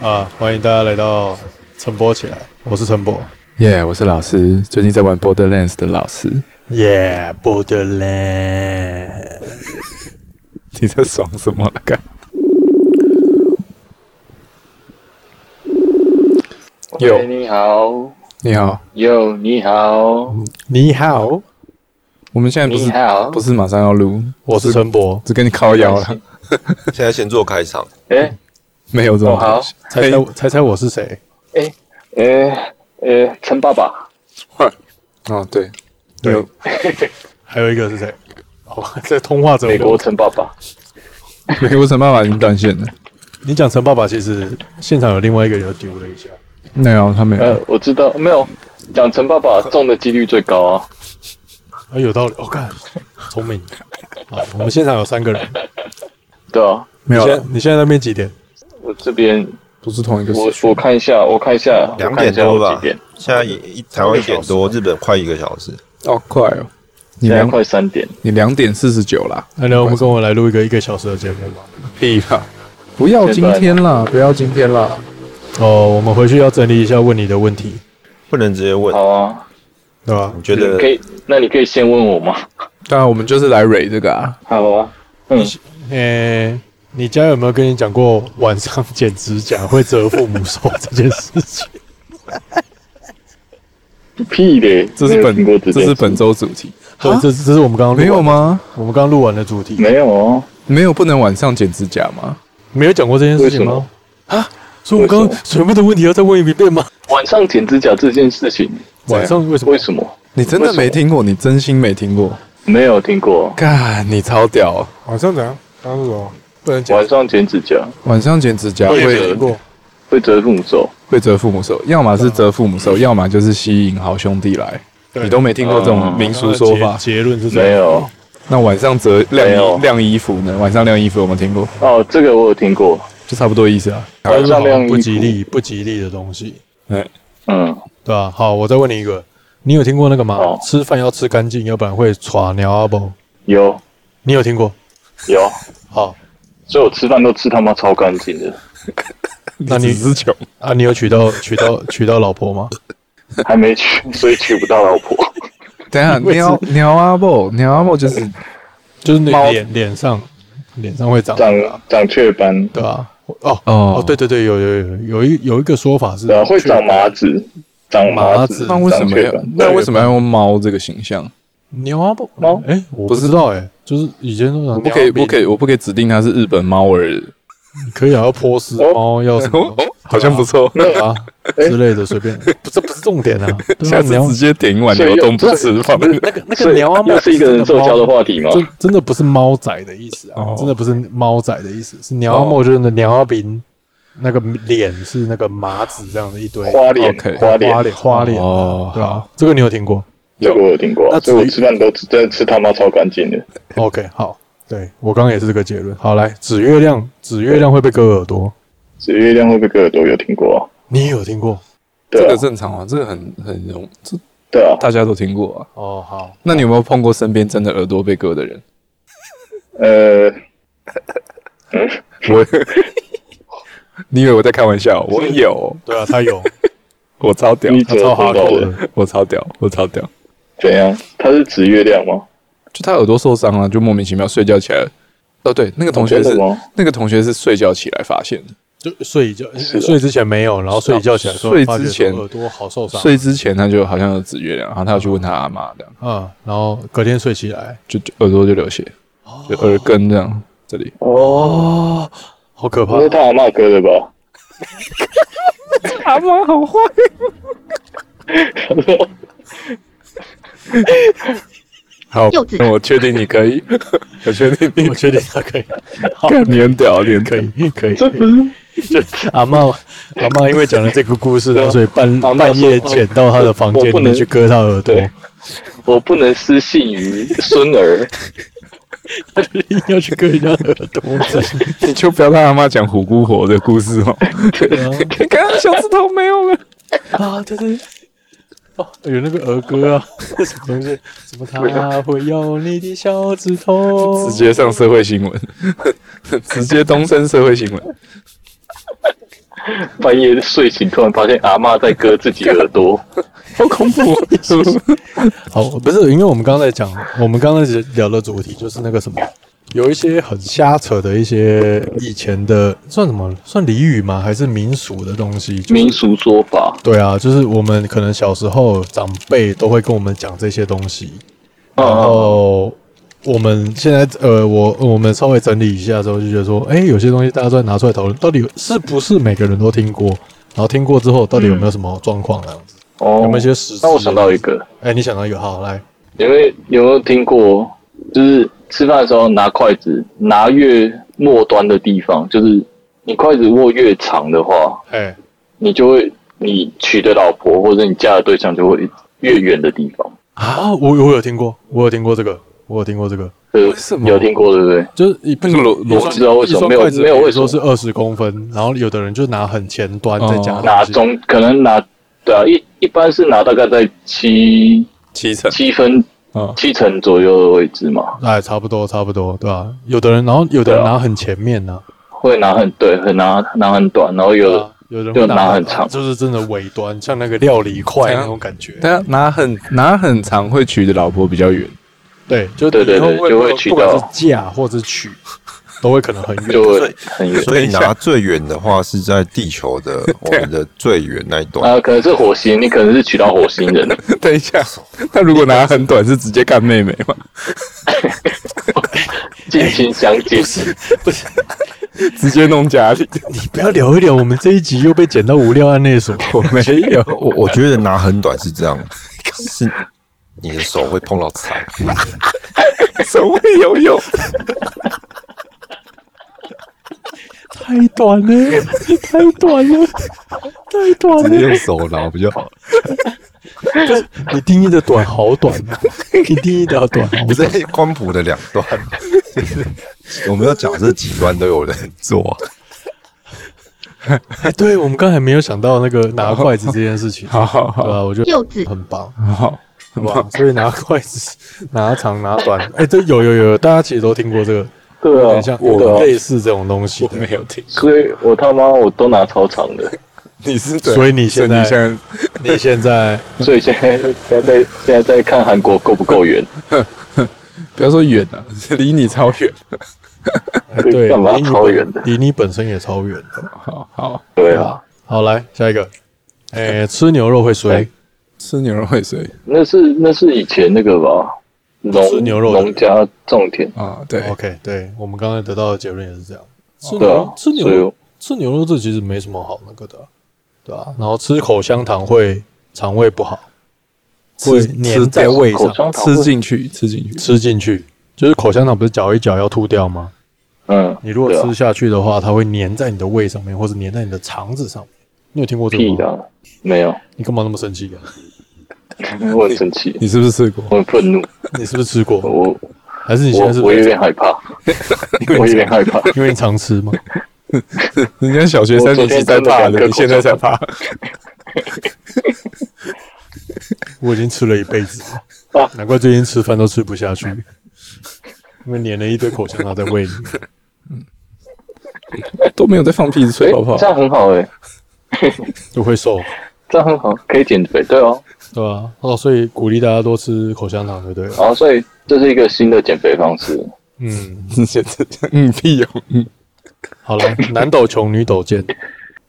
啊，欢迎大家来到陈波起来，我是陈波。耶我是老师，最近在玩 Borderlands 的老师， Yeah，Borderland。你在爽什么了？干有喂你好，你好，哟，你好，你好，我们现在不你是好不，是马上要录，我是陈博，只跟你靠腰啊了，现在先做开场，哎没有这种哦好东西。猜猜猜猜我是谁？哎哎哎，陈爸爸，哦，对，对有还有一个是谁？哦， 这通话者美国我。陈爸爸，美国神爸爸已经断线了，你讲陈爸爸，其实现场有另外一个人又丢了一下。没有啊他没呃有，，我知道，没有讲陈爸爸中的几率最高啊，啊，有道理，我、看，聪明。啊，我们现场有三个人。对啊，没有现了在，你现在那边几点？我这边不是同一个时我区我看一下，我看一下，两我看点一下多我吧几点，，现在一一台湾一点多，日本快一个小时。哦，快哦，你现在两快三点，你两点四十九啦，来，来，啊我们跟我来录一个一个小时的节目吧。屁啦，不要今天啦，不要今天啦，哦，我们回去要整理一下问你的问题，不能直接问，好啊，对吧你？觉得可以，那你可以先问我吗？当啊然我们就是来蕊这个啊，好啊，嗯，诶、呃你家有没有跟你讲过晚上剪指甲会折父母手这件事情？屁嘞，这是没有听过本这这是件本周主题，对，这是这是我们刚刚录完没有？吗？我们刚刚录完的主题，没有哦，没有不能晚上剪指甲吗？没有讲过这件事情为什吗么？啊，所以我们刚为什刚全部的问题要再问一遍吗？晚上剪指甲这件事情对晚上为什么为？什么你真的没听过？你真心没听过？没有听过干，你超屌哦！晚上怎样？刚刚是什么？不能晚上剪指甲晚上剪指甲会会折过。会折父母手？会折父母手，要么是折父母手，要么就是吸引好兄弟来。对你都没听过这种嗯民俗说法？结结论是这没样。有那晚上折没晾有衣晾衣服呢？晚上晾衣服有没有听过？哦，这个我有听过。就差不多意思啊。晚上晾衣服不吉利，不吉利的东西，哎，嗯，对吧、好，我再问你一个，你有听过那个吗？好吃饭要吃干净，要不然会耍尿啊不？有你有听过？有，好所以我吃饭都吃他妈超干净 的，那你只是穷，啊，你有娶到娶到娶到老婆吗？还没娶，所以娶不到老婆。 等一下鸟鸟阿布，鸟阿布就是 就是你猫脸脸上脸上会长长长雀斑，对吧、哦哦哦，对对对，有有有有一有一个说法是对啊，会长麻子，长麻麻子子，那为什么长雀要斑那为什么要用猫这个形象？牛啊不猫哎，我不知道哎，就是以前都我讲不可以，不可以，以，我不可以指定它是日本猫儿。可以啊，要波斯猫要什哦么，好像不错。啊之类的，随便，不这不是重点啊，对下啊，次鸟直接点一碗所以牛又冻不所以吃饭。那所个以牛啊不又是一个人受教的话题吗？真真的不是猫仔的意思啊哦，真的不是猫仔的意思，是鸟阿莫就是那鸟阿兵，那个脸是那个麻子这样的一堆花脸 OK，，花花脸，脸花脸，哦对吧？这个你有听过这个我有听过那啊，所以我至于吃饭都吃真的吃他妈超干净的。 ？OK，好，对我刚刚也是这个结论。好，来，指月亮，指月亮会被割耳朵，紫月亮会不会割耳朵？有听过啊？你也有听过？对这个啊，正常啊，这个很很容，这对啊，大家都听过啊。哦，好，那你有没有碰过身边真的耳朵被割的人？呃，我， 你以为我在开玩笑？我有，对啊，他有，我超屌，你他折超多哈少扣人？的， 我超屌，我超屌。怎样？他是紫月亮吗？就他耳朵受伤了、就莫名其妙睡觉起来了。哦，对，那个同学真是的吗那个同学是睡觉起来发现的，就睡一觉，是啊睡之前没有，然后睡一觉起来说睡之发觉说前耳朵好受伤，睡之前他就好像有紫月亮，然后他要去问他阿妈，这样嗯，然后隔天睡起来，就就耳朵就流血，就耳根这样这里。哦，好可怕不，是他阿妈割的吧？阿妈好坏，好幼稚，那我确定你可以，我确定你 我确定他可以，哦干你很屌，你 很 可以，可以，这不是就是 阿茂阿茂因为讲了这个故啊事，然后所以半阿嬷半夜说潜到他的房间我不里面能去割他耳朵， 对 我不能失信于孙儿，一定要去割人家的耳 朵。你就不要让阿妈讲虎姑婆的故事哦。对啊，刚刚小指头没有了，啊，对对。哦，有那个儿歌啊， 什么东西？什么他会用你的小指头？直接上社会新闻， 直接东升社会新闻。半夜睡醒突然发现阿嬷在割自己耳 朵，好恐怖、哦！好，不是，因为我们刚才讲，我们刚才聊的主题就是那个什么，有一些很瞎扯的一些以前的算什么，算俚语吗？还是民俗的东西？就是民俗说法，对啊，就是我们可能小时候长辈都会跟我们讲这些东西，啊然后我们现在呃，我我们稍微整理一下之后，就觉得说，哎，有些东西大家都在拿出来讨论，到底是不是每个人都听过？然后听过之后，到底有没有什么状况这样子？哦有没有一些实质？那我想到一，个，哎，你想到一个，好来，有没有有没有听过？就是吃饭的时候拿筷子拿越末端的地方，就是你筷子握越长的话，哎，你就会你娶的老婆或者你嫁的对象就会越远的地方。啊，我我有听过，我有听过这个，我有听过这个，对为什么有听过对不对？就是一那个逻我逻不辑啊知道为什么没有没有为会什么说是二十公分，然后有的人就拿很前端再加哦拿东西中可能拿对啊，一一般是拿大概在七七成七分哦啊，七成左右的位置嘛，哎，差不多，差不多，对吧、有的人，然后有的人对啊拿很前面呢、会拿很对，很拿拿很短，然后有、对啊，有的人就会拿很长就是真的尾端，像那个料理块那种感觉。但拿很拿很长会娶的老婆比较远，对，就对对对以后就会取不管到是嫁或者娶，都会可能很远。就所会以很远。所以拿最远的话是在地球 的我们的最远那一段，啊，可能是火星，你可能是娶到火星 人，等一 下，那如果拿很短是直接干妹妹吗？近亲相近， 直接弄家里？你不要聊一聊，我们这一集又被剪到无聊案内所。我没有，我我觉得拿很短是这样，是你的手会碰到 草，手会游泳，太短了，太短了，太短直接了！用手拿不就好？你定义的短好短啊，你定义的短好 不短。是光谱的两端， 我们要讲这几端都有人 做，哎，对我们刚才没有想到那个拿筷子这件事情，好好对好吧？我觉得柚子很棒。好，很棒，所以拿筷 子、拿长、拿短，哎、这有有有，大家其实都听过这个，有对点啊，像对啊类似这种东西我的没有听。所以我他妈我都拿超长 的，你是所以你现在所以你你现在所以现在现在在现在在看韩国够不够远，不要说远了、是离你超远。哎对， 干嘛离你超远的离你本身也超远的。好好对啊，好，来下一个，哎、吃牛肉会衰哎，吃牛肉会水那是那是以前那个吧，吃农牛肉的农家种田，啊，对， OK，对我们刚才得到的结论也是这样，吃牛对肉、啊，吃牛所以肉吃牛肉这其实没什么好那个的，啊对吧、然后吃口香糖会肠胃不好，会吃粘在胃口上，香糖会吃进去，吃进去，吃进去就是口香糖不是嚼一嚼要吐掉吗？嗯，你如果对啊吃下去的话，它会粘在你的胃上面，或者粘在你的肠子上面。你有听过这屁个吗？的，啊没有，你干嘛那么生气啊？ 我很生气，你是不是吃过？我很愤怒，你是不是吃过？我还是你现在是我我有点害怕， 我有点害怕，因为你常吃 吗？人家小学三年级在怕的，你现在才怕。 我已经吃了一辈子啊了，难怪最近吃饭都吃不下去，因为粘了一堆口香糖在 胃里面。都没有在放屁吹泡泡诶这，样很好哎、就会瘦，这样很好，可以减肥，对哦，对吧、哦，所以鼓励大家多吃口香糖，对不对了？然后哦所以这是一个新的减肥方式，嗯， 嗯屁哦，嗯好了，男抖穷，女抖贱，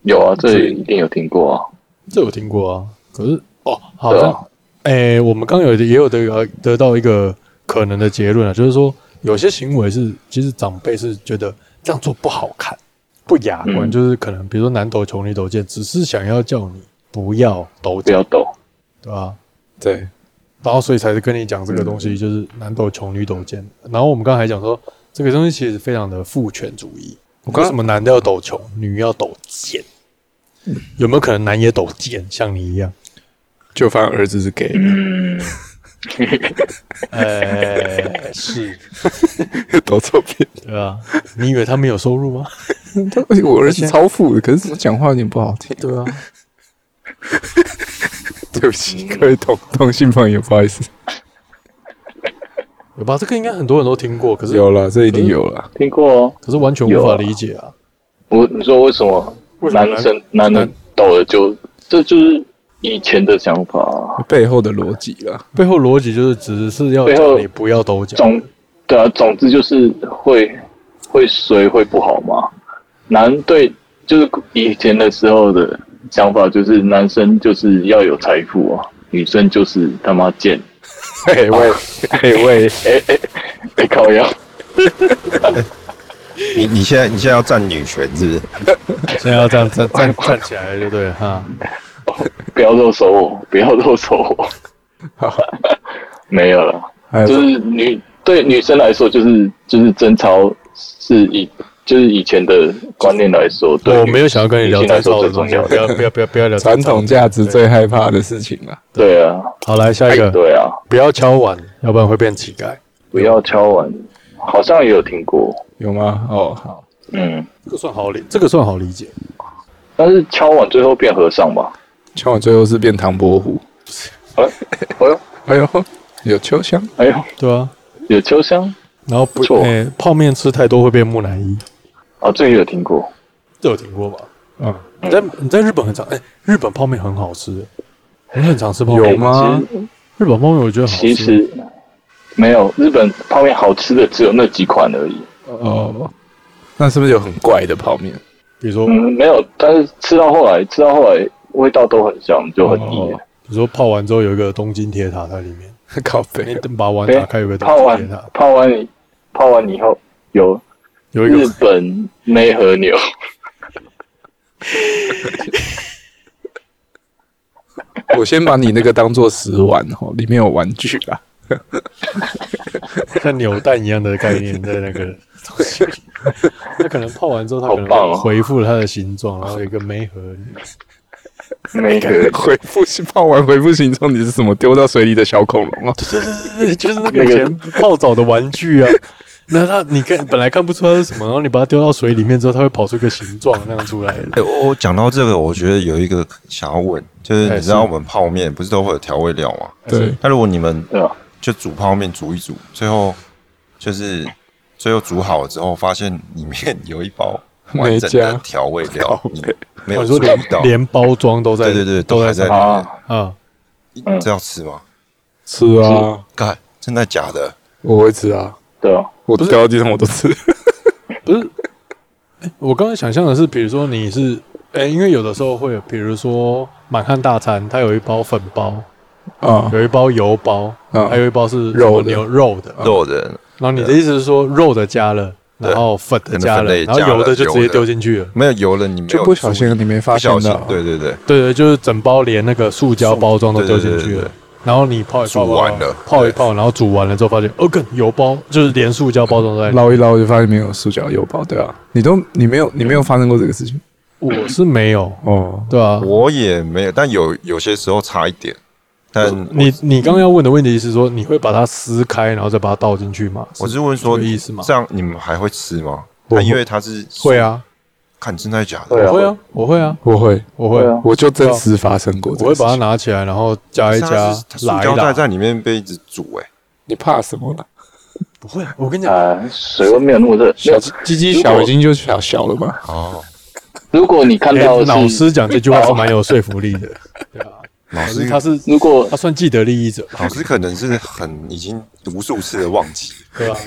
有啊，这里一定有听过啊，这有听过啊。可是哦，好对像啊，诶、我们刚有也有得呃得到一个可能的结论啊，就是说有些行为是其实长辈是觉得这样做不好看、不雅观，嗯就是可能比如说男抖穷，女抖贱，只是想要叫你不要抖不脚，要抖，对啊吧？对，然后所以才是跟你讲这个东西，就是男抖穷，女抖贱。然后我们刚才还讲说，这个东西其实非常的父权主义，我为刚什么男的要抖穷，女要抖贱？有没有可能男也抖贱，像你一样？就发现儿子是 gay，呃， 是，都错边。对吧？你以为他们有收入吗？ 他我儿子超富的，可是怎么讲话有点不好 听。对啊，对不起，各位同同性朋友，不好意思。有吧？这个应该很多人都听过，可是有了，这一定有了。听过哦。可是完全无有法啊理解啊！我你说为什么为什么男生男人抖了就这就是以前的想法啊、背后的逻辑啦，背后逻辑就是只是要背后叫你不要抖脚，总对啊，总之就是会会衰会不好嘛。男对就是以前的时候的想法就是男生就是要有财富啊，女生就是他妈贱。嘿喂， 嘿喂，哎哎哎，靠腰，你你现在你现在要站女权是不是？现在要这样站站站起来就对了 哈。不要肉手我，不要肉手我。好， 没有了，还有就是女对女生来说，就是就是贞操是以就是以前的观念来说，对我女没有想要跟你聊女贞性来说操的最东重西，要不的。要不要不要不要聊传统价值对最害怕的事情啦。对啊，好来下一个，对啊，不要敲碗，要不然会变乞丐。不要敲碗，好像也有听过，有吗？哦，好，嗯，这个算好理，这个算好理解。但是敲碗最后变和尚吧？敲完最后是变唐伯虎。哎，哎呦，哎呦，有秋香，哎呦，对啊，有秋香然后不不错哎泡面吃太多会变木乃伊，啊，这个有听过，这有听过吧？嗯，你在你在日本很常哎，日本泡面很好吃，我很常吃泡面。有吗？日本泡面我觉得好其吃。实没有，日本泡面好吃的只有那几款而已。哦，那是不是有很怪的泡面？ 比如说嗯，没有，但是吃到后来，吃到后来味道都很像，就很腻了。比如说泡完之后有一个东京铁塔在里面，靠你背，把碗对打开有个东泡京铁完塔，泡完以泡完以后有啊有一日个本梅和牛，我先把你那个当做食玩哦，里面有玩具啊 啦。 像扭蛋一样的概念在那 个东西里。他可能泡完之后，他可好棒能哦恢复了它的形状，然后有一个梅 核。梅和牛回复是泡完回复形状，你是什么丢到水里的小恐龙啊？对对对，就是那个以前泡澡的玩具啊。那它你看本来看不出它是什么，然后你把它丢到水里面之后，它会跑出一个形状那样出来的。哎、我我讲到这个，我觉得有一个想要问，就是哎你是知道我们泡面不是都会有调味料吗？对，那如果你们对吧？就煮泡面煮一煮，最后就是最后煮好了之后，发现里面 有一包完没整加的调味料，你没我有说注连意到，连包装都在，对对对，都都还在在上里面面啊，啊。嗯这要吃吗？吃啊，干，真的假的？我会吃啊，对啊，我掉到地上我都吃。不是，哎我刚刚想象的是，比如说你是，哎、因为有的时候会有，比如说满汉大餐，它有一包粉包，嗯啊， 有一包油包，嗯还有一包是肉的牛肉的。肉的然后你的意思是说，肉的加了，然后粉的加可能了粉，类然后加了油的就直接油的丢进去了。没有油了，你没有就不小心注意你没发不现小心到，，对对对，对对，就是整包连那个塑胶包装都丢进对去对对了对。然后你泡一泡，煮完了泡一泡，然后煮完了之后发现，哦，更油包就是连塑胶包装都在嗯里面。捞一捞就发现没有塑胶油包，对啊，你都你没有你没有发生过这个事情我是没有，哦，对啊，我也没有，但有有些时候差一点，但你你刚刚要问的问题是说，你会把它撕开，然后再把它倒进去吗？我是问说这个意思吗这样你们还会吃吗？我啊会因为它是会，啊，看真的假对的，我会啊，我会啊，我会，我会对，啊我就真实发生过这我个会事情，把它拿起来，然后加一加它是它，塑拉胶一袋拉。在里面被一直煮，哎，你怕什么了？不会，我跟你讲，啊，水温没有那么热。没小有，鸡鸡小已经就小小了吧？哦，如果你看哎到老是，师讲这句话是蛮有说服 力的，对啊，老可是师他 是如果他算既得利益者，老师可能是很已经无数次的忘记，对吧？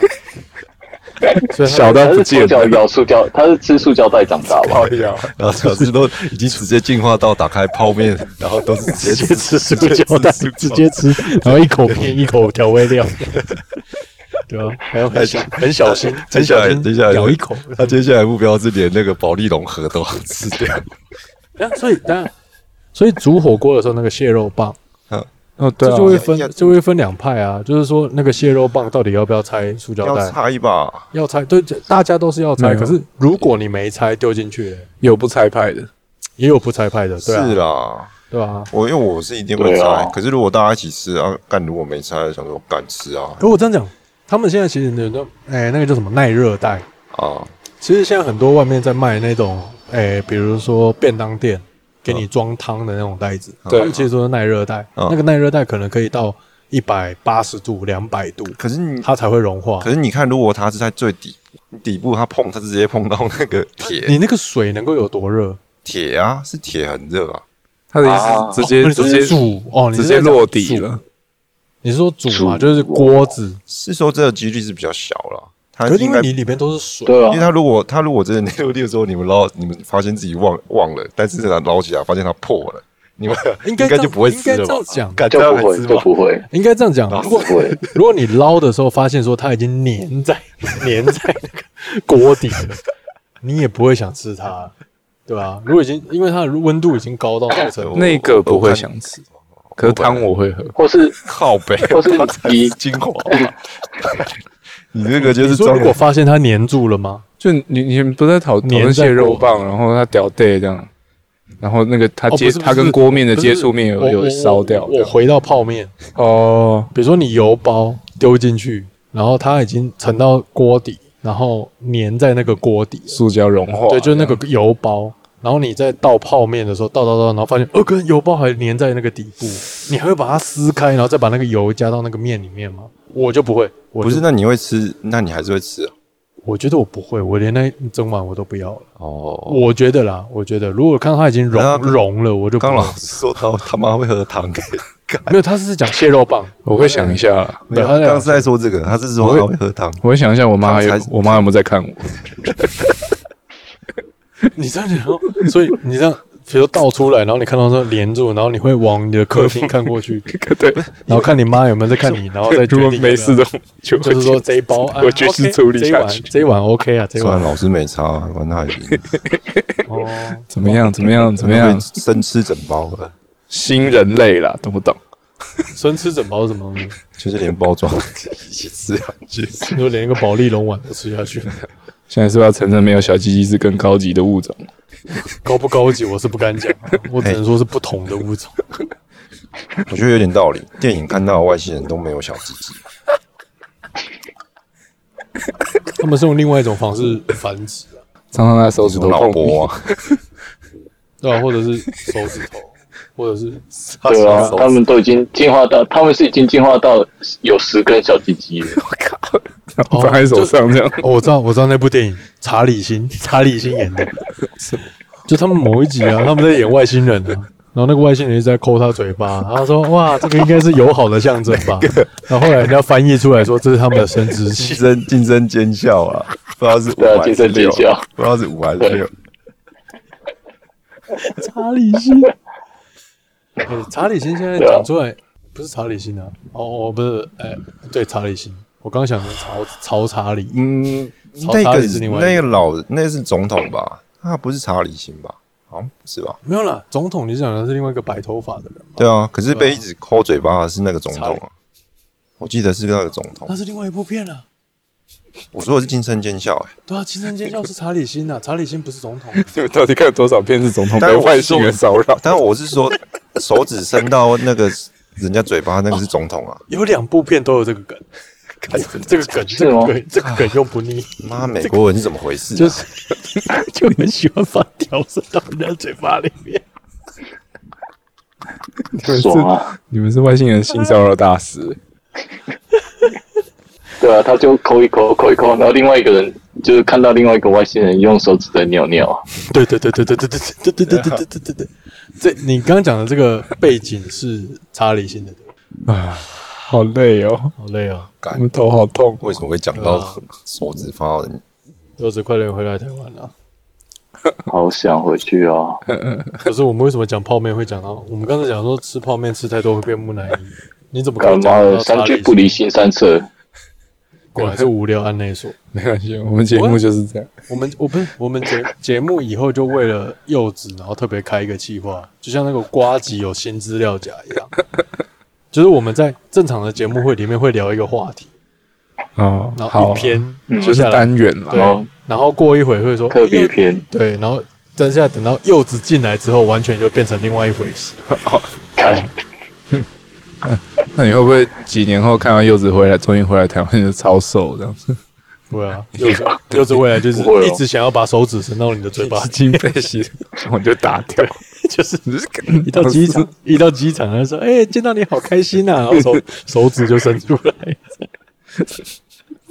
所以他小到他不是见从小了，咬塑胶，他是吃塑胶袋长大吧？靠腰， 然后老师都已经直接进化到打开泡面，然后都是 直直接吃塑胶袋，直接吃，然后一口面一口调味 料，对啊，还要很小很小心，接很下小来心接下来咬一 口，他接下来目标是连那个保利龙盒都要吃掉，那所以当然，所以煮火锅的时候那个蟹肉棒嗯，哦，对这啊就，会要要分就会分两派啊，就是说那个蟹肉棒到底要不要拆塑胶 要袋？拆吧？要拆，对，这大家都是要拆。没有可是如果你没拆丢进去，有不拆派的，也有不拆派的，对啊，是啦，对啊。我因为我是一定会对啊拆，可是如果大家一起吃啊，干如果没拆，想说敢吃啊可我这样讲，他们现在其实有那哎那个叫什么耐热袋，啊，其实现在很多外面在卖那种哎，比如说便当店给你装汤的那种袋子，对他们其实都是耐热袋，嗯那个耐热袋可能可以到一百八十度、两百度，可是你它才会融化可。是你看，如果它是在最底底部，它碰它直接碰到那个铁你那个水能够有多热？铁啊，是铁很热啊，他的意思是直接哦你直说接煮哦，你直是接在讲落底煮了。你是说煮嘛，煮嗯就是锅子，是说这个几率是比较小了。它可是因应该为，你里面都是水，对因为啊，它如果它如果真的内陆地的时候，你们捞，你们发现自己忘忘了，但是它捞起来发现它破了，你们应该这该样就不会吃应该了这吧样？讲，敢这就样不还会吃就吗？不会，应该这样讲。如不果会， 如果你捞的时候发现说它已经粘在粘在那个锅底了，你也不会想吃它，对吧、如果已经因为它的温度已经高到那个程度，那个不会想吃，可是汤我会喝。或是靠 北，或是你精华，啊你这个就你是说装如果发现它粘住了吗？就你你们不是在讨讨论粘在蟹肉锅棒，然后他屌带这样，然后那个他哦接不是不他是跟锅面的不是接触面有我有我烧掉我我回到泡面，哦，比如说你油包丢进去，然后它已经沉到锅底，然后粘在那个锅底了，塑胶融化，对，就是那个油包。然后你在倒泡面的时候，倒倒倒，然后发现，呃，跟油包还粘在那个底部，你还会把它撕开，然后再把那个油加到那个面里面吗？我就不会，我就不是？，那你会吃？那你还是会吃啊？我觉得我不会，我连那一整碗我都不要了。哦，我觉得啦，我觉得如果看到它已经融那融了，我就不刚会老师说他他妈会喝汤，没有，他是讲蟹肉棒，我会想一下啦，没有，他他俩刚是在说这个，他是说他会喝汤。我会想一下我妈还有刚才我妈有没有在看我？你这样讲，所以你这样，比如倒出来，然后你看到说连住，然后你会往你的客厅看过去，对，然后看你妈有没有哦在看你，然后再决 如果定没要不要事的话就会就是说这一包，啊我决心 OK，处理下去这一碗这一碗 OK 啊，这一虽然碗老师没差，管他已经 哦，怎么样怎么样怎么样，生吃整包了，新人类啦，懂不懂？生吃整包是什么东西？就是连包 装一起吃下去。你就连一个保利龙碗都吃下去，现在是不是要承认没有小鸡鸡是更高级的物种？高不高级我是不敢讲，啊 我只能说是不同的物哎种。我觉得有点道理。电影看到的外星人都没有小鸡鸡，他们是用另外一种方式繁殖啊，常常在手指什头么脑碰波壁，啊， 对啊吧？或者是手指头，或者是对啊，手他们都已经进化到，他们是已经进化到有十根小鸡鸡了。然 后放在手上这样。 哦，我知道，我知道那部电影查理辛， 查理辛演的，就他们某一集啊，他们在演外星人啊，然后那个外星人一直在抠他嘴巴，他说：“哇，这个应该是友好的象征 吧？”然后后来人家翻译出来说这是他们的生殖器 竞，争竞争尖笑啊，不知道是五对啊还竞是争六尖叫，不知道是五还是六。查理辛。哎、查理辛现在讲出来不是查理辛啊，哦，哦不是，哎、对，查理辛，我刚想成曹曹查理，嗯，曹那查个理是另外一个那个老那是总统吧？他不是查理辛吧？好像不是吧？没有啦，总统你讲的是另外一个白头发的人嘛，对啊，可是被一直抠嘴巴的是那个总查统理啊。我记得是那个总统那，是另外一部片啊。我说的是金声尖笑、欸，对啊，青春尖叫是查理辛啊，查理辛不是总统。你们到底看了多少片是总统但被我外星人骚扰？但我 是说手指伸到那个人家嘴巴，那个是总统啊！有两部片都有这个 梗，这个梗，这是个吗梗，这个梗又不腻，哦妈，美国人是怎么回事、啊？就是 就很喜欢把屌伸到人家嘴巴里面。你们是爽啊！你们是外星人性骚扰大师，对啊，他就抠一抠，抠一抠，然后另外一个人就是看到另外一个外星人用手指在尿尿啊，对对对对对对对对对对对对对对对，这你刚刚讲的这个背景是查理辛的，对吧好累哦，好累啊！我们头好痛。为什么会讲到哦手指放到人？柚子快点回来台湾啊！好想回去啊！可是我们为什么讲泡面会讲到？我们刚才讲说吃泡面吃太多会变木乃伊，你怎么可干能讲嘛到的，查三理句辛不离？新三舍，果然是无聊按内说。没关系，我们节目就是这样。我们我不是我们节节目以后就为了 柚子，然后特别开一个计划，就像那个瓜吉有新资料夹一样，就是我们在正常的节目会里面会聊一个话题，哦，然后好一，篇嗯接就是下来，单元对啦。哦然后然后过一会会说特别篇，对，然后但现在等到柚子进来之后，完全就变成另外一回事。看那你会不会几年后看到柚子回来，终于回来台湾就超瘦这样子？对啊，柚 子柚子未来就是不会哦一直想要把手指伸到你的嘴 巴，经被洗，我就打掉。就是你是一到机 场，一到机场，他说：“哎、见到你好开心啊！”然 后手手指就伸出来，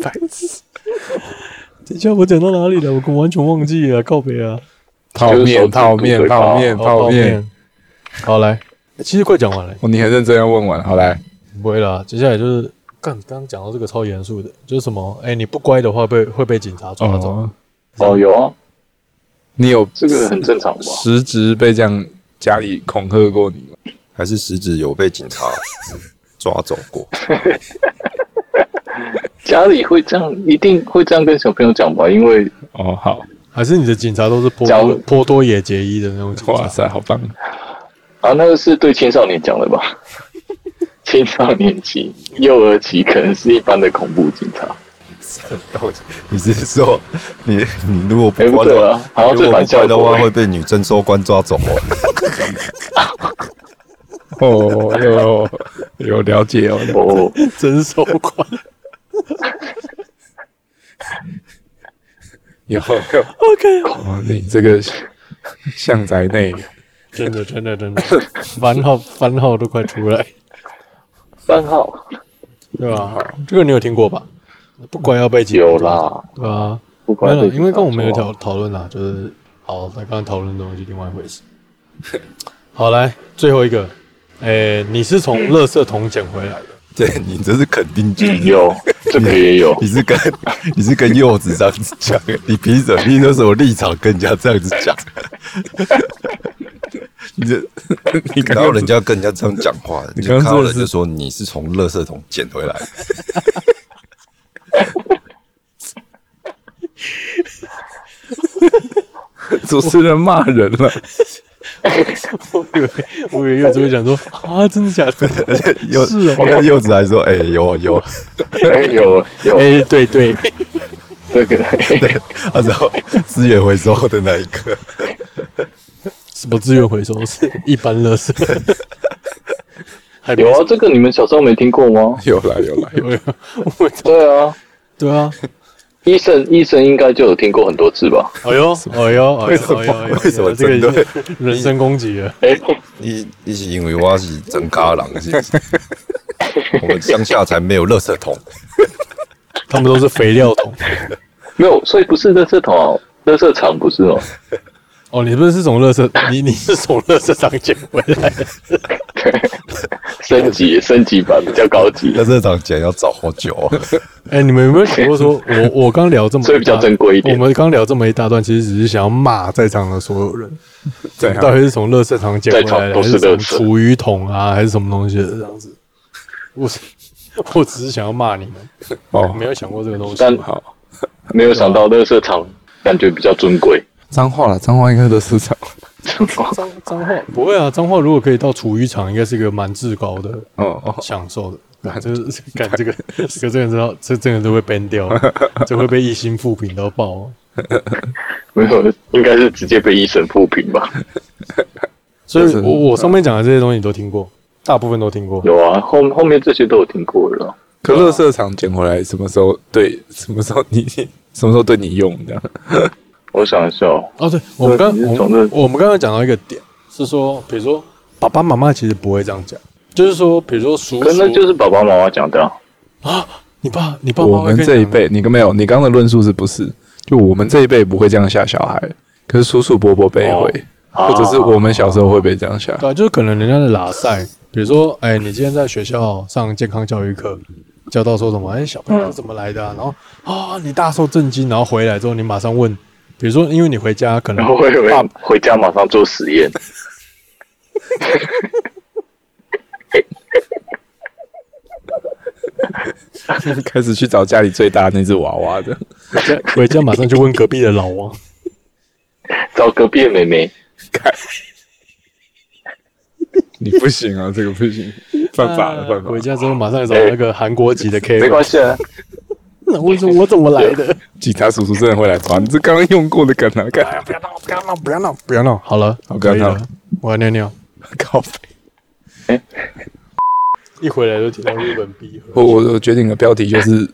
白痴！等一下，我讲到哪里了？我完全忘记了，告别啊！泡面，泡面，泡面，好泡面。。好，来，其实快讲完了，哦，你很认真要问完，好来，不会啦。接下来就是干，刚刚讲到这个超严肃的，就是什么？哎、你不乖的话被会被警察抓走。哦，哦，有啊，你有这个很正常吧？实质被这样家里恐吓过你吗？还是食指有被警察抓走 过？家里会这样，一定会这样跟小朋友讲吧？因为哦，好，还是你的警察都是波假多如波多野结衣的那种警哇察？塞，好棒！啊，那个是对青少年讲的吧？ 青少年期、幼儿期可能是一般的恐怖警察。你是说你你如果不哎、不乖对的啊话，，好像如最果反不效乖的果话欸、会被女征收官抓走哦。哦，有有了解哦，哦， 真收官，有有 OK 哦，你这个巷宅内真的真的真 的，番号番号都快出来，三号对吧、这个你有听过吧？不乖要被警察有抓走，啦，对啊，不没管有啦，因为刚我们有讨讨论啦，就是好，那刚刚讨论的东西另外一回事。好，来最后一个，诶、你是从垃圾桶捡回来的，对你这是肯定句，有这个也有你，是跟你是跟柚子这样子讲，你凭什么？你有什么立场跟人家这样子讲？你这你刚然后刚人家跟人家这样讲话，你刚刚就看到做的人就是说你是从垃圾桶捡回 来，主持人骂人了，我以为我以为柚子会讲说啊，真的假的？而且柚是哦 我看柚子还说，哎、有有， 哎、有有、哎、对对，这个、 嘿嘿他说资源回收的那一个，什么资源回收是一般垃圾，还没有啊，这个你们小时候没听过吗？有啦有啦，有有，我对啊，对啊，医生医生应该就有听过很多次吧？哎呦，哎呦，哎呦，哎呦，哎呦为什么这个已针对经人身攻击了？哎、你你是因为我是真咖郎，是不 是我们乡下才没有垃圾桶，他们都是肥料桶。没有，所以不是垃圾桶哦，垃圾场不是哦。哦，你不是从垃 圾，你你是从垃圾上捡回来的？升级升级版比较高级垃，圾桶捡要找好久、哦。 哎、你们有没有想过说，我我刚聊这么一大，所以比较珍贵一点我们刚聊这么一大段，其实只是想要骂在场的所有人， 对到啊，底是从垃圾场捡回来在场的，都还是是从垃圾厨余桶啊，还是什么东西的这样子？我 是我只是想要骂你们，哦没有想过这个东西。但好，没有想到垃圾场感觉比较尊贵。脏话了，脏话应该都是脏。脏脏话不会啊，脏话如果可以到厨余场，应该是一个蛮至高的哦哦，享受的。干这个 干这个这个真的知道，这真的都会 ban 掉，这会被一心复评到爆。没有，应该是直接被医生复评吧？所以这是我我上面讲的这些东西你都听过，大部分都听过。有啊，后后面这些都有听过了。可乐色场捡回来什么时候对？什么时候你你什么时候对你用这样？我想一下哦，哦，对，我们刚你是我从们这我们刚刚讲到一个点，是说，比如说爸爸妈妈其实不会这样讲，就是说，比如说叔可叔，能就是爸爸妈妈讲的啊、啊，你爸你爸妈我妈会们跟你这一讲辈，你跟没有，你刚刚的论述是不是？就我们这一辈不会这样吓小孩，可是叔叔伯伯辈会，哦或者是我们小时候会被这样吓。 对啊、就是可能人家的拉塞，比如说，哎，你今天在学校上健康教育课，教到说什么，哎，小朋友是怎么来的、啊？然后啊、你大受震惊，然后回来之后，你马上问，比如说，因为你回家可能然后会回回家马上做实验。开始去找家里最大的那只娃娃的， 回家回家马上就问隔壁的老 王，找隔壁的妹妹，你不行啊，这个不行，犯法了，犯法回了。家之后马上找那个韩国籍的 K，哎没关系啊，那我说我怎么来的？警察叔叔真的会来抓你，这刚刚用过的梗啊，干不要闹，不要闹，不要闹，不要闹， 好了，好可以不要了闹，我要尿尿。 靠背。一回来就听到日本逼我我我决定的标题就是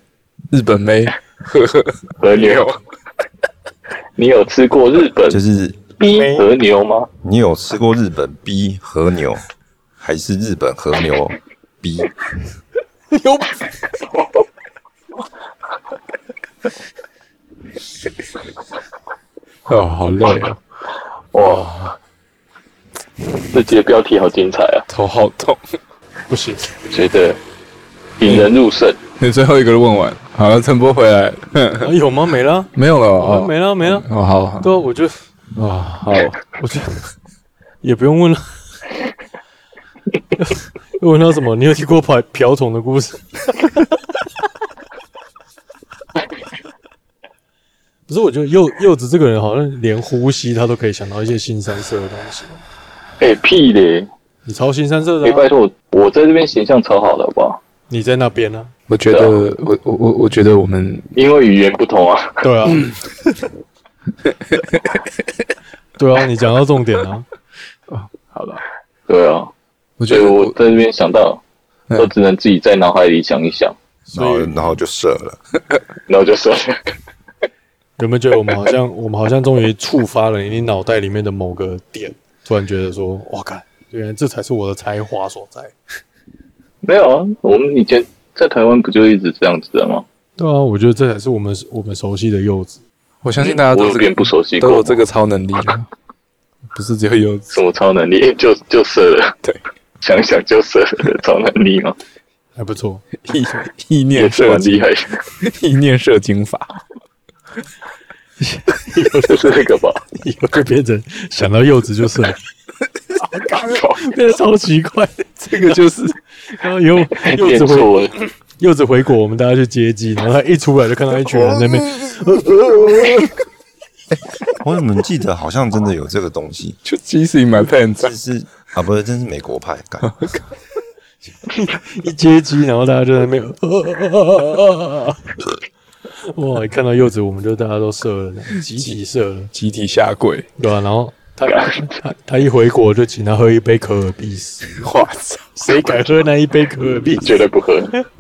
日 本妹，呵呵，和牛。有 你有吃过日本 就是逼和牛吗？你有吃过日本逼和牛，还是日本和牛逼？有哦，好累啊，哇，这集的标题好精彩啊！头好痛。 不 行，觉得引人入胜。你最后一个问完，好了，陈波回来了，哼啊有吗？没了，没有了啊哦，没了，没了。哦，好好对啊，我觉得，哦，好，我觉得也不用问了。 又问到什么？你有听过瓢瓢虫的故事？ 不是，我觉得柚柚子这个人好像连呼吸他都可以想到一些新三色的东西。哎、屁嘞！你超新三色哎、的、啊拜，托我，我在这边形象超好的，好不好？你在那边啊呢、我觉得啊我我我我觉得我们因为语言不同啊， 对啊，对啊，你讲到重点啊。好了，对啊，我所觉以得我我在这边想到，嗯都只能自己在脑海里想一想，然后所以然后就射了。然后就说，有没有觉得我们好像，我们好像终于触发了你脑袋里面的某个点，突然觉得说，哇，看，原来这才是我的才华所在。 没有啊，我们以前在台湾不就一直这样子的吗？对啊，我觉得这才是我们我们熟悉的柚子。我相信大家我都有是变不熟悉都有过，这个超能力 啊，不是只有柚子什么超能力？ 就就射了，对，想一想就射了， 超能力嘛，还不错，意意也念是 啊蛮射厉精害，意念射精法， 就是那 个吧，以后就变成想到柚子就是了，变得超奇怪的。这个就是然后以后柚念子回错了，柚子回国，我们大家去接机，然后他一出来就看到一群人在那边，我怎么记得好像真的有这个东 西？就 kissing my pants 这。是啊，不是，这是美国派。干 一接机，然后大家就在那边， 哇！一看到柚子，我们就大家都射了，集体射 了，集体下跪，对吧、然后他他他一回国就请他喝一杯可尔必 斯，我操！谁敢喝那一杯可尔必绝斯，对不喝，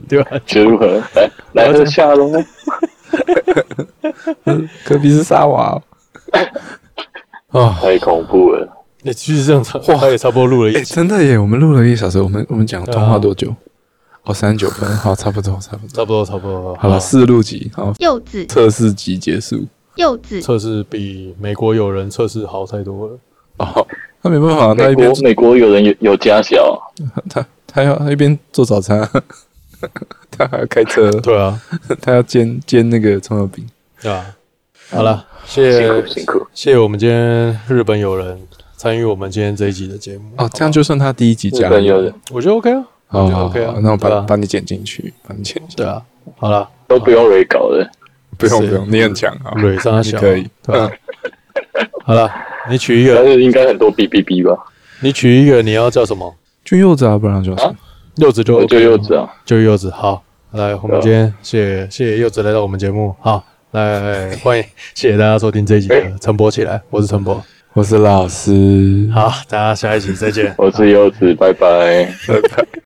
对吧、绝对不喝，来来喝 下喽，隔壁是沙娃哦啊！太恐怖了。那其实这样差，他也差不多录了一哎，集，真的耶！我们录了一小时，我们我们讲啊通话多久？哦，三十九分，好，差不多，差不多。 差不多差不多。好了，四录集，好，柚子，测试集结束。柚子，测试比美国友人测试好太多了。哦，他没办法，他美一边国美国有人有有家小，啊他他要他一边做早餐， 他还要开车，对啊，他要煎煎那个葱油饼。对啊。好了，谢辛谢苦辛苦。谢谢我们今天日本友人参与我们今天这一集的节目。哦，这样就算他第一集日加本有人我觉得 OK 啊，我哦觉得好 OK 啊好，那我对把啊把你剪进去，把你剪进去。对啊。好了，都不用 re 搞了，不用是不用，你很强啊，蕊上你小可以。对吧？ 好了，你取一但个，是应该很多哔哔哔吧？你取一个，你要叫什么？就柚子啊，不然就啊是柚子就我 OK 就了柚子啊，就柚子。好，来，我们对啊今天谢谢谢谢柚子来到我们节目，好，来欢迎谢谢大家收听这一集哎的陈博起来，我是陈博，我是老师，好，大家下一集再见。我是柚子，拜拜。拜拜。